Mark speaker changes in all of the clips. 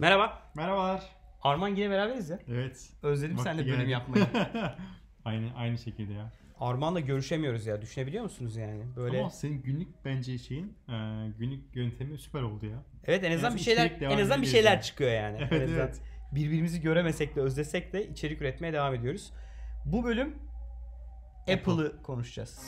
Speaker 1: Merhaba.
Speaker 2: Merhabalar.
Speaker 1: Arman yine beraberiz ya.
Speaker 2: Evet.
Speaker 1: Özledim
Speaker 2: Vakti
Speaker 1: seninle
Speaker 2: geldi.
Speaker 1: bölüm yapmayı.
Speaker 2: aynı aynı şekilde ya.
Speaker 1: Arman'la görüşemiyoruz ya. Düşünebiliyor musunuz yani? Böyle.
Speaker 2: Ama senin günlük bence şeyin e, günlük yöntemi süper oldu ya.
Speaker 1: Evet en azından
Speaker 2: azından
Speaker 1: bir şeyler
Speaker 2: içerik devam
Speaker 1: en azından bir
Speaker 2: ediyor
Speaker 1: şeyler
Speaker 2: yani.
Speaker 1: çıkıyor yani.
Speaker 2: Evet,
Speaker 1: En azından
Speaker 2: evet.
Speaker 1: Birbirimizi göremesek de özlesek de içerik üretmeye devam ediyoruz. Bu bölüm Apple'ı konuşacağız.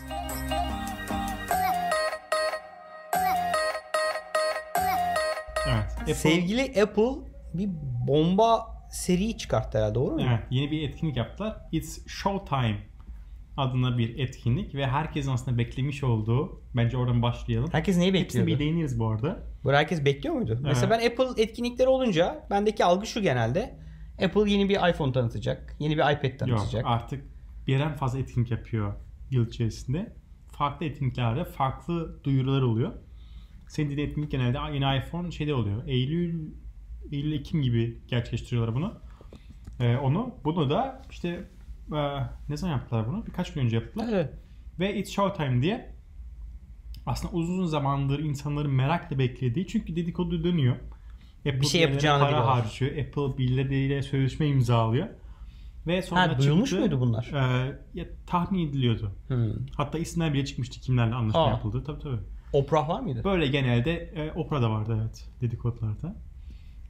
Speaker 2: Evet. Apple-
Speaker 1: Sevgili Apple bir bomba seri çıkarttı herhalde doğru mu?
Speaker 2: Evet, yeni bir etkinlik yaptılar. It's Showtime adına bir etkinlik ve herkesin aslında beklemiş olduğu bence oradan başlayalım.
Speaker 1: Herkes neyi
Speaker 2: Hepsini bir
Speaker 1: bekliyordu?
Speaker 2: değiniriz bu arada.
Speaker 1: Bu herkes bekliyor muydu? Mesela ben Apple etkinlikleri olunca bendeki algı şu genelde. Apple yeni bir iPhone tanıtacak, yeni bir iPad
Speaker 2: Yok,
Speaker 1: tanıtacak.
Speaker 2: artık birden fazla etkinlik yapıyor yıl içerisinde. Farklı etkinliklerde farklı duyurular oluyor. Senin dediğin etkinlik genelde yeni iPhone şeyde oluyor. Eylül, Eylül Ekim gibi gerçekleştiriyorlar bunu. Ee, onu, bunu da işte e, ne zaman yaptılar bunu? Birkaç gün önce yaptılar.
Speaker 1: Evet.
Speaker 2: ve It's Showtime diye aslında uzun zamandır insanların merakla beklediği çünkü dedikodu dönüyor. Apple
Speaker 1: şey
Speaker 2: birilerine
Speaker 1: yapacağını
Speaker 2: para
Speaker 1: biliyorlar.
Speaker 2: harcıyor. Apple birileriyle sözleşme imzalıyor. Ve sonra
Speaker 1: Ha, duyulmuş
Speaker 2: çıktı,
Speaker 1: muydu bunlar?
Speaker 2: e, ya, tahmin ediliyordu.
Speaker 1: Hmm.
Speaker 2: Hatta isimler bile çıkmıştı kimlerle anlaşma
Speaker 1: Aa.
Speaker 2: yapıldı. Tabii tabii.
Speaker 1: Oprah var mıydı?
Speaker 2: Böyle genelde e, Oprah'da vardı evet dedikodularda.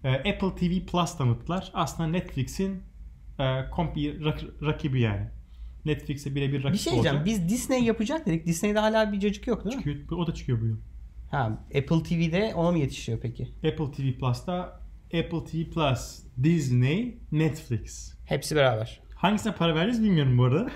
Speaker 2: E, Apple TV Plus tanıttılar. Aslında Netflix'in e, kompi rak- rakibi yani. Netflix'e birebir rakip
Speaker 1: Bir şey diyeceğim.
Speaker 2: olacak.
Speaker 1: Biz Disney yapacak dedik. Disney'de hala bir cacık yok değil mi?
Speaker 2: Çıkıyor- o da çıkıyor bu yıl.
Speaker 1: Ha, Apple TV'de ona mı yetişiyor peki?
Speaker 2: Apple TV Plus'ta Apple TV Plus, Disney, Netflix.
Speaker 1: Hepsi beraber.
Speaker 2: Hangisine para veririz bilmiyorum bu arada.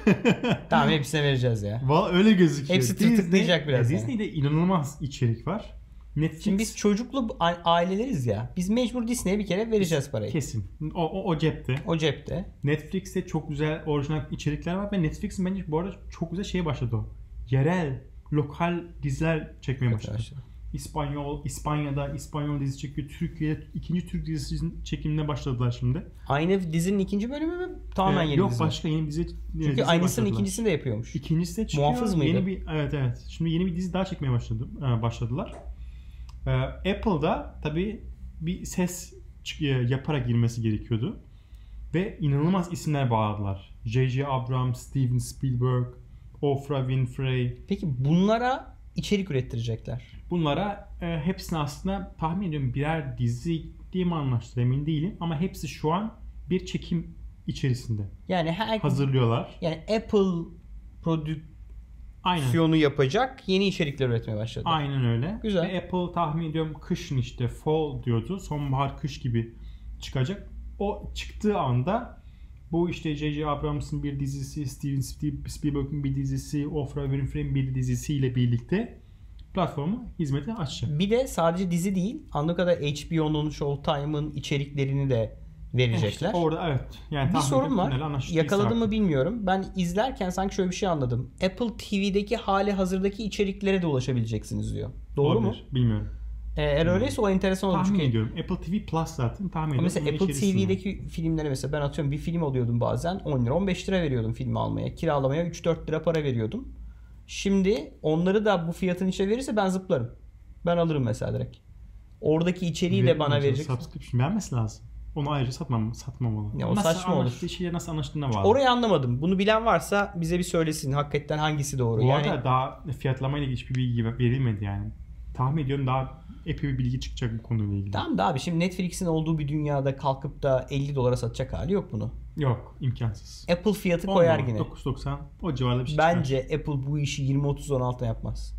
Speaker 1: Tamam hepsine vereceğiz ya.
Speaker 2: Valla öyle gözüküyor.
Speaker 1: Hepsi tırtıklayacak biraz yani.
Speaker 2: Disney'de inanılmaz içerik var. Netflix
Speaker 1: Şimdi biz çocuklu a- aileleriz ya. Biz mecbur Disney'e bir kere vereceğiz parayı.
Speaker 2: kesin. O, o, o cepte.
Speaker 1: O cepte.
Speaker 2: Netflix'te çok güzel orijinal içerikler var ve Netflix bence bu arada çok güzel şeye başladı o. Yerel, lokal diziler çekmeye başladı.
Speaker 1: Arkadaşlar.
Speaker 2: İspanyol, İspanya'da İspanyol dizi çekiyor. Türkiye'de ikinci Türk dizisinin çekimine başladılar şimdi.
Speaker 1: Aynı dizinin ikinci bölümü mü? Tamamen
Speaker 2: Ee,
Speaker 1: yeni
Speaker 2: Yok
Speaker 1: dizi. mi?
Speaker 2: başka yeni dizi.
Speaker 1: Çünkü aynısının ikincisini de yapıyormuş.
Speaker 2: İkincisi de çıkıyor.
Speaker 1: Muhafız mıydı?
Speaker 2: Yeni bir, evet evet. Şimdi yeni bir dizi daha çekmeye başladı, e, başladılar. Ee, Apple'da tabii bir ses çık- e, yaparak girmesi gerekiyordu. Ve inanılmaz isimler bağladılar. J.J. Abrams, Steven Spielberg, Oprah Winfrey.
Speaker 1: Peki bunlara içerik ürettirecekler.
Speaker 2: Bunlara e, hepsini aslında tahmin ediyorum birer dizi diye mi anlaştılar emin değilim. Ama hepsi şu an bir çekim içerisinde.
Speaker 1: Yani her
Speaker 2: Hazırlıyorlar.
Speaker 1: yani Apple prodüksiyonu
Speaker 2: Aynen.
Speaker 1: yapacak yeni içerikler üretmeye başladı.
Speaker 2: Aynen öyle.
Speaker 1: Güzel.
Speaker 2: Ve Apple tahmin ediyorum kışın işte fall diyordu. Sonbahar kış gibi çıkacak. O çıktığı anda bu işte J.J. Abrams'ın bir dizisi, Steven Spiel- Spielberg'in bir dizisi, Oprah Winfrey'in bir dizisiyle birlikte platformu hizmete açacak.
Speaker 1: Bir de sadece dizi değil, anladığım kadarıyla HBO'nun, Showtime'ın içeriklerini de verecekler.
Speaker 2: İşte orada evet. Yani
Speaker 1: bir
Speaker 2: tahmin
Speaker 1: sorun
Speaker 2: ediyorum
Speaker 1: var.
Speaker 2: neler anlaşıldıysa
Speaker 1: Yakaladım mı
Speaker 2: artık.
Speaker 1: bilmiyorum. Ben izlerken sanki şöyle bir şey anladım. Apple TV'deki hali hazırdaki içeriklere de ulaşabileceksiniz diyor. Doğru mu?
Speaker 2: Olabilir, Bilmiyorum.
Speaker 1: Ee, eğer öyleyse o enteresan olur.
Speaker 2: Tahmin
Speaker 1: Çünkü
Speaker 2: ediyorum. Apple TV Plus zaten tahmin ediyorum.
Speaker 1: Mesela
Speaker 2: Bunun
Speaker 1: Apple
Speaker 2: içerisinde.
Speaker 1: TV'deki filmlere mesela ben atıyorum bir film alıyordum bazen 10 lira 15 lira veriyordum filmi almaya. Kiralamaya 3-4 lira para veriyordum. Şimdi onları da bu fiyatın içine verirse ben zıplarım. Ben alırım mesela direkt. Oradaki içeriği de bana
Speaker 2: Verilmeyecek
Speaker 1: verecek.
Speaker 2: Subscription vermesi lazım. Onu ayrıca satmam, satmamalı.
Speaker 1: Ya o saçma
Speaker 2: ama
Speaker 1: olur.
Speaker 2: işte şeyler nasıl anlaştığına bağlı.
Speaker 1: Orayı anlamadım. Bunu bilen varsa bize bir söylesin hakikaten hangisi doğru.
Speaker 2: Bu
Speaker 1: yani
Speaker 2: arada daha fiyatlamayla ilgili hiçbir bilgi verilmedi yani. Tahmin ediyorum daha epey bir bilgi çıkacak bu konuyla ilgili.
Speaker 1: tamam da abi şimdi Netflix'in olduğu bir dünyada kalkıp da 50 dolara satacak hali yok bunu.
Speaker 2: Yok imkansız.
Speaker 1: Apple fiyatı
Speaker 2: 10
Speaker 1: koyar
Speaker 2: dolar,
Speaker 1: yine.
Speaker 2: 9.90 o civarda bir şey çıkar.
Speaker 1: Bence Apple bu işi 20-30-16'da yapmaz.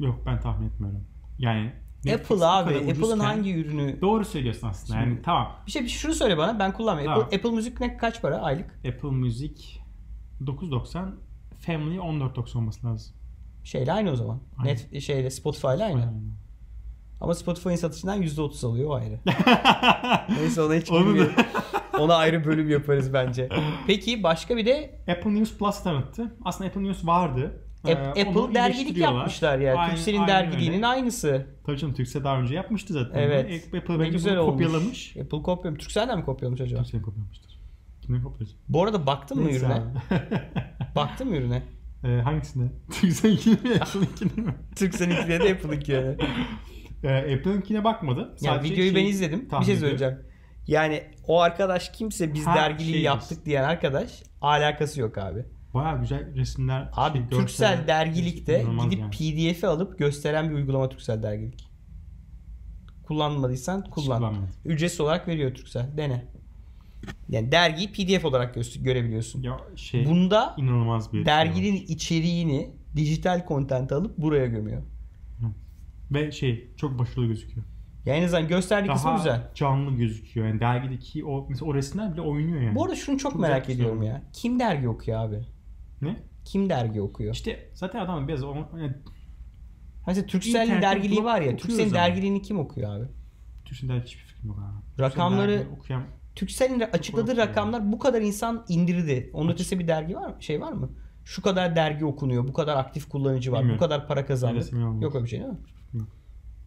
Speaker 2: Yok ben tahmin etmiyorum. Yani Netflix bu
Speaker 1: Apple abi.
Speaker 2: kadar
Speaker 1: Apple'ın
Speaker 2: ucuzken-
Speaker 1: hangi ürünü
Speaker 2: Doğru söylüyorsun aslında yani
Speaker 1: Şimdi-
Speaker 2: tamam.
Speaker 1: Bir şey bir şey- şunu söyle bana ben kullanmıyorum.
Speaker 2: Tamam.
Speaker 1: Apple, Apple Müzik ne kaç para aylık?
Speaker 2: Apple Music 9.90 Family 14.90 olması lazım.
Speaker 1: Şeyle aynı o zaman.
Speaker 2: Aynı.
Speaker 1: Net şeyle Spotify'la aynı.
Speaker 2: Aynen.
Speaker 1: Ama Spotify'ın satışından %30 alıyor o ayrı. Neyse ona hiç
Speaker 2: Onu da-
Speaker 1: girmeyelim. ona ayrı bölüm yaparız bence. Peki başka bir de
Speaker 2: Apple News Plus tanıttı. Aslında Apple News vardı.
Speaker 1: Ap-
Speaker 2: Ee, onu
Speaker 1: Apple dergilik
Speaker 2: iyileştiriyorlar.
Speaker 1: yapmışlar yani.
Speaker 2: Aynen-
Speaker 1: Türkcell'in
Speaker 2: aynen öyle.
Speaker 1: dergiliğinin aynısı.
Speaker 2: Tabii canım Türkcell daha önce yapmıştı zaten.
Speaker 1: Evet.
Speaker 2: Apple bence
Speaker 1: Ne
Speaker 2: bunu
Speaker 1: güzel olmuş.
Speaker 2: kopyalamış.
Speaker 1: Apple kopyalamış. Türkcell'den mi kopyalamış acaba?
Speaker 2: Kimsenin kopyalamıştır. Kimden kopyalayacak?
Speaker 1: Bu arada baktın mı
Speaker 2: Neyse
Speaker 1: ürüne?
Speaker 2: abi.
Speaker 1: Baktın mı ürüne?
Speaker 2: Ee, hangisine? Türkcell'inkine mi? Apple'inkine mi?
Speaker 1: Türkcell'inkileri de Apple'ınkileri.
Speaker 2: Ee, Apple'inkine bakmadı.
Speaker 1: Ya videoyu
Speaker 2: şey-
Speaker 1: ben izledim. Bir
Speaker 2: tahmin
Speaker 1: şey
Speaker 2: ediyorum.
Speaker 1: söyleyeceğim. Yani o arkadaş kimse biz
Speaker 2: Her
Speaker 1: dergiliği
Speaker 2: şeyimiz.
Speaker 1: yaptık diyen arkadaş alakası yok abi.
Speaker 2: Baya güzel resimler.
Speaker 1: Abi
Speaker 2: şey,
Speaker 1: Türksel
Speaker 2: görseller-
Speaker 1: dergilikte
Speaker 2: İnanılmaz
Speaker 1: gidip
Speaker 2: yani.
Speaker 1: PDF'i alıp gösteren bir uygulama Türksel dergilik. Kullanmadıysan kullan.
Speaker 2: kullanmadım.
Speaker 1: Ücretsiz olarak veriyor Türksel. Dene. Yani dergiyi PDF olarak gö- görebiliyorsun.
Speaker 2: Ya şey
Speaker 1: Bunda
Speaker 2: inanılmaz bir şey
Speaker 1: derginin içeriğini dijital kontent alıp buraya gömüyor.
Speaker 2: ve şey çok başarılı gözüküyor.
Speaker 1: Yani en azından gösterdiği kısmı
Speaker 2: Daha
Speaker 1: güzel.
Speaker 2: canlı gözüküyor. Yani dergideki o mesela o resimler bile oynuyor yani.
Speaker 1: Bu arada şunu çok,
Speaker 2: Çok
Speaker 1: merak
Speaker 2: güzel
Speaker 1: ediyorum
Speaker 2: güzel.
Speaker 1: ya. Kim dergi okuyor abi?
Speaker 2: Ne?
Speaker 1: Kim dergi okuyor?
Speaker 2: İşte zaten adam biraz o, yani,
Speaker 1: Mesela Türkcell'in
Speaker 2: İnternet
Speaker 1: dergiliği var ya.
Speaker 2: okuyor
Speaker 1: Türkcell'in
Speaker 2: zaten.
Speaker 1: dergiliğini kim okuyor abi?
Speaker 2: Türkçe dergi hiçbir fikrim yok abi.
Speaker 1: Rakamları-
Speaker 2: Türkçe dergi okuyan
Speaker 1: Türkcell'in de açıkladığı
Speaker 2: okuyor.
Speaker 1: rakamlar bu kadar insan indirdi. Onun ötesi bir dergi var mı? Şey var mı? Şu kadar dergi okunuyor, bu kadar aktif kullanıcı var, bu
Speaker 2: Bilmiyorum.
Speaker 1: kadar para kazandı.
Speaker 2: Neresi bilmiyorum.
Speaker 1: Yok öyle bir şey değil mi?
Speaker 2: Yok.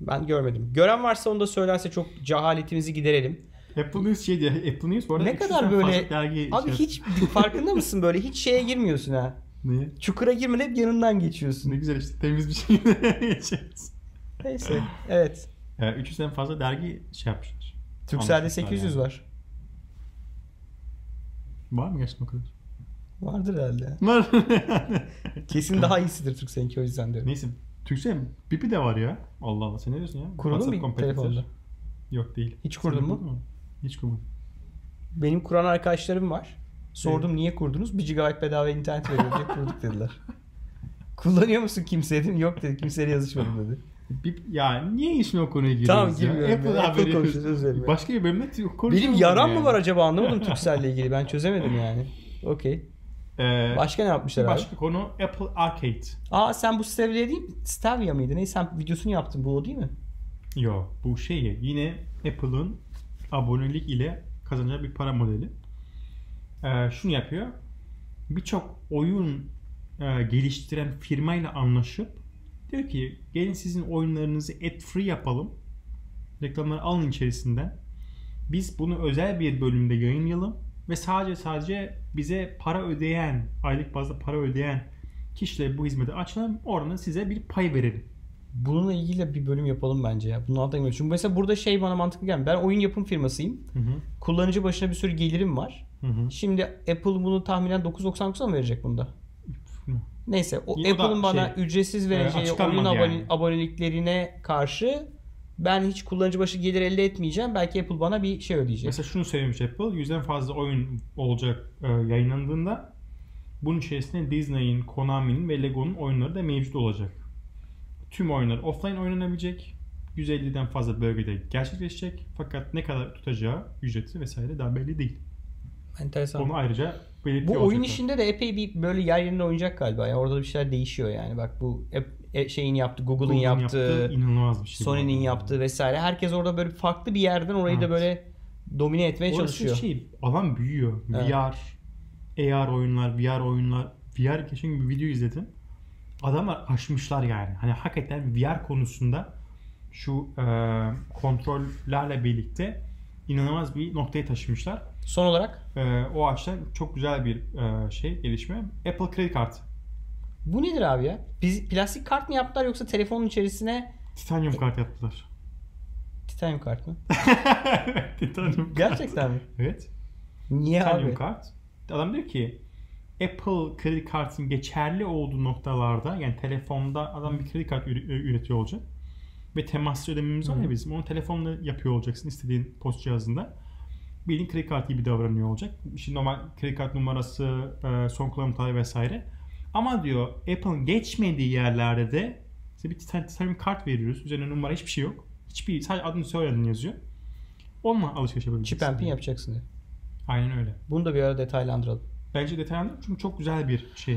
Speaker 1: Ben görmedim. Gören varsa onu da söylerse çok cehaletimizi giderelim.
Speaker 2: Apple News şey diye Apple News bu arada
Speaker 1: Ne
Speaker 2: 300'den
Speaker 1: kadar böyle-
Speaker 2: fazla dergi
Speaker 1: Abi
Speaker 2: şey-
Speaker 1: hiç farkında mısın böyle? Hiç şeye girmiyorsun ha.
Speaker 2: ne?
Speaker 1: Çukura girmen hep yanından geçiyorsun.
Speaker 2: ne güzel işte temiz bir şey geçeceğiz.
Speaker 1: Neyse. Evet.
Speaker 2: Ee, 300'den fazla dergi şey yapmışlar.
Speaker 1: Türkcell'de
Speaker 2: Anlaşmışlar
Speaker 1: 800
Speaker 2: yani.
Speaker 1: var.
Speaker 2: Var mı gerçekten o kadar?
Speaker 1: Vardır herhalde.
Speaker 2: Var.
Speaker 1: Kesin daha iyisidir Türkcell'inki o yüzden diyorum.
Speaker 2: Neyse Türkçe Bipi de var ya. Allah Allah sen ne diyorsun ya?
Speaker 1: Kurulun
Speaker 2: WhatsApp
Speaker 1: mu bir
Speaker 2: competitor.
Speaker 1: telefonda?
Speaker 2: Yok değil.
Speaker 1: Hiç kurdun
Speaker 2: Sen
Speaker 1: mu?
Speaker 2: kurdun Hiç kurmadım.
Speaker 1: Benim kuran arkadaşlarım var. Sordum niye kurdunuz? 1 GB bedava internet veriyor diye kurduk dediler. Kullanıyor musun kimseye dedim. Yok dedi. Kimseyle yazışmadım dedi.
Speaker 2: Bip, ya niye işin o konuya giriyoruz
Speaker 1: Tamam,
Speaker 2: ya?
Speaker 1: girmiyorum
Speaker 2: Apple,
Speaker 1: ya. Apple
Speaker 2: haberi-
Speaker 1: konuşuyoruz, özür dilerim ya.
Speaker 2: Başka bir bölümde t- konuşuyoruz
Speaker 1: Benim
Speaker 2: bunu
Speaker 1: yaram mı
Speaker 2: yani.
Speaker 1: var acaba anlamadım Türkcell'le ilgili. Ben çözemedim yani. Okey.
Speaker 2: Ee,
Speaker 1: Başka ne yapmışlar
Speaker 2: bir
Speaker 1: abi?
Speaker 2: başka konu Apple Arcade.
Speaker 1: Aa sen bu Stevia değil mi? Stevia mıydı? Neyse sen videosunu yaptın. Bu o değil mi?
Speaker 2: Yok bu şey yine Apple'ın abonelik ile kazanacağı bir para modeli. Ee, şunu yapıyor. Birçok oyun e, geliştiren firmayla anlaşıp diyor ki gelin sizin oyunlarınızı ad free yapalım. Reklamları alın içerisinden. Biz bunu özel bir bölümde yayınlayalım ve sadece sadece bize para ödeyen, aylık bazda para ödeyen kişilere bu hizmeti açalım. Oradan size bir pay verelim.
Speaker 1: Bununla ilgili bir bölüm yapalım bence ya. Bunun altına girmiyorum. Çünkü mesela burada şey bana mantıklı gelmiyor. Ben oyun yapım firmasıyım.
Speaker 2: Hı hı.
Speaker 1: Kullanıcı başına bir sürü gelirim var.
Speaker 2: Hı hı.
Speaker 1: Şimdi Apple bunu tahminen 9.99'a mı verecek bunda? Neyse o
Speaker 2: Yine o da şey, e,
Speaker 1: Apple'ın bana ücretsiz vereceği
Speaker 2: açıklanmadı
Speaker 1: oyun abone-
Speaker 2: yani.
Speaker 1: aboneliklerine karşı ben hiç kullanıcı başı gelir elde etmeyeceğim. Belki Apple bana bir şey ödeyecek.
Speaker 2: Mesela şunu söylemiş Apple, yüzden fazla oyun olacak e, yayınlandığında bunun içerisinde Disney'in, Konami'nin ve Lego'nun oyunları da mevcut olacak. Tüm oyunlar offline oynanabilecek. 150'den fazla bölgede gerçekleşecek. Fakat ne kadar tutacağı, ücreti vesaire daha belli değil.
Speaker 1: Enteresan.
Speaker 2: Onu ayrıca
Speaker 1: Bu
Speaker 2: belirtiyor
Speaker 1: oyun
Speaker 2: olacaklar.
Speaker 1: işinde de epey bir böyle yer yerine oynayacak galiba. Yani orada da bir şeyler değişiyor yani. Bak bu App- e, şeyin yaptı, Google'ın
Speaker 2: Google'ın
Speaker 1: yaptığı,
Speaker 2: inanılmaz bir şey. bu
Speaker 1: Sony'nin
Speaker 2: arada.
Speaker 1: yaptığı vesaire. Herkes orada böyle farklı bir yerden orayı da
Speaker 2: Evet.
Speaker 1: böyle domine etmeye
Speaker 2: Orası
Speaker 1: çalışıyor.
Speaker 2: şey, alan büyüyor.
Speaker 1: Evet.
Speaker 2: VR, AR oyunlar, VR oyunlar. VR geçen gün bir video izledim. Adamlar aşmışlar yani. Hani hakikaten VR konusunda şu e, kontrollerle birlikte inanılmaz bir noktaya taşımışlar.
Speaker 1: Son olarak
Speaker 2: E, o açıdan çok güzel bir e, şey gelişme. Apple kredi kartı.
Speaker 1: bu nedir abi ya? Biz plastik kart mı yaptılar yoksa telefonun içerisine
Speaker 2: Titanium kart yaptılar.
Speaker 1: titanyum kart mı?
Speaker 2: Titanium kart.
Speaker 1: Gerçekten mi?
Speaker 2: Evet.
Speaker 1: Niye
Speaker 2: Titanium
Speaker 1: abi?
Speaker 2: kart. Adam diyor ki Apple kredi kartının geçerli olduğu noktalarda yani telefonda adam bir kredi kartı üre- e, üretiyor olacak. Ve temassız ödememiz var
Speaker 1: Hı.
Speaker 2: ya bizim. Onu telefonla yapıyor olacaksın istediğin post cihazında. Bildiğin kredi kartı gibi davranıyor olacak. Şimdi normal kredi kart numarası, e, son kullanım tarihi vesaire. Ama diyor Apple'ın geçmediği yerlerde de size bir titan- titanium kart veriyoruz. Üzerine numara hiçbir şey yok. Hiçbir sadece adını soyadını yazıyor. Onunla alışveriş yapabileceksin.
Speaker 1: Chip and pin yapacaksın diyor.
Speaker 2: Aynen öyle.
Speaker 1: Bunu da bir ara detaylandıralım.
Speaker 2: Bence detaylandı çünkü çok güzel bir şey.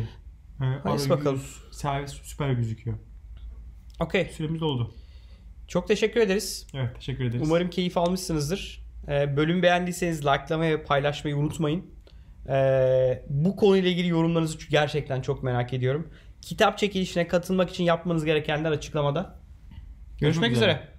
Speaker 2: Ee, arayüz,
Speaker 1: bakalım.
Speaker 2: servis süper gözüküyor.
Speaker 1: Okey.
Speaker 2: Süremiz doldu.
Speaker 1: Çok teşekkür ederiz.
Speaker 2: Evet teşekkür ederiz.
Speaker 1: Umarım keyif almışsınızdır. Ee, bölümü beğendiyseniz likelamayı ve paylaşmayı unutmayın. Ee, bu konuyla ilgili yorumlarınızı çünkü gerçekten çok merak ediyorum. Kitap çekilişine katılmak için yapmanız gerekenler açıklamada. Görüşmek üzere.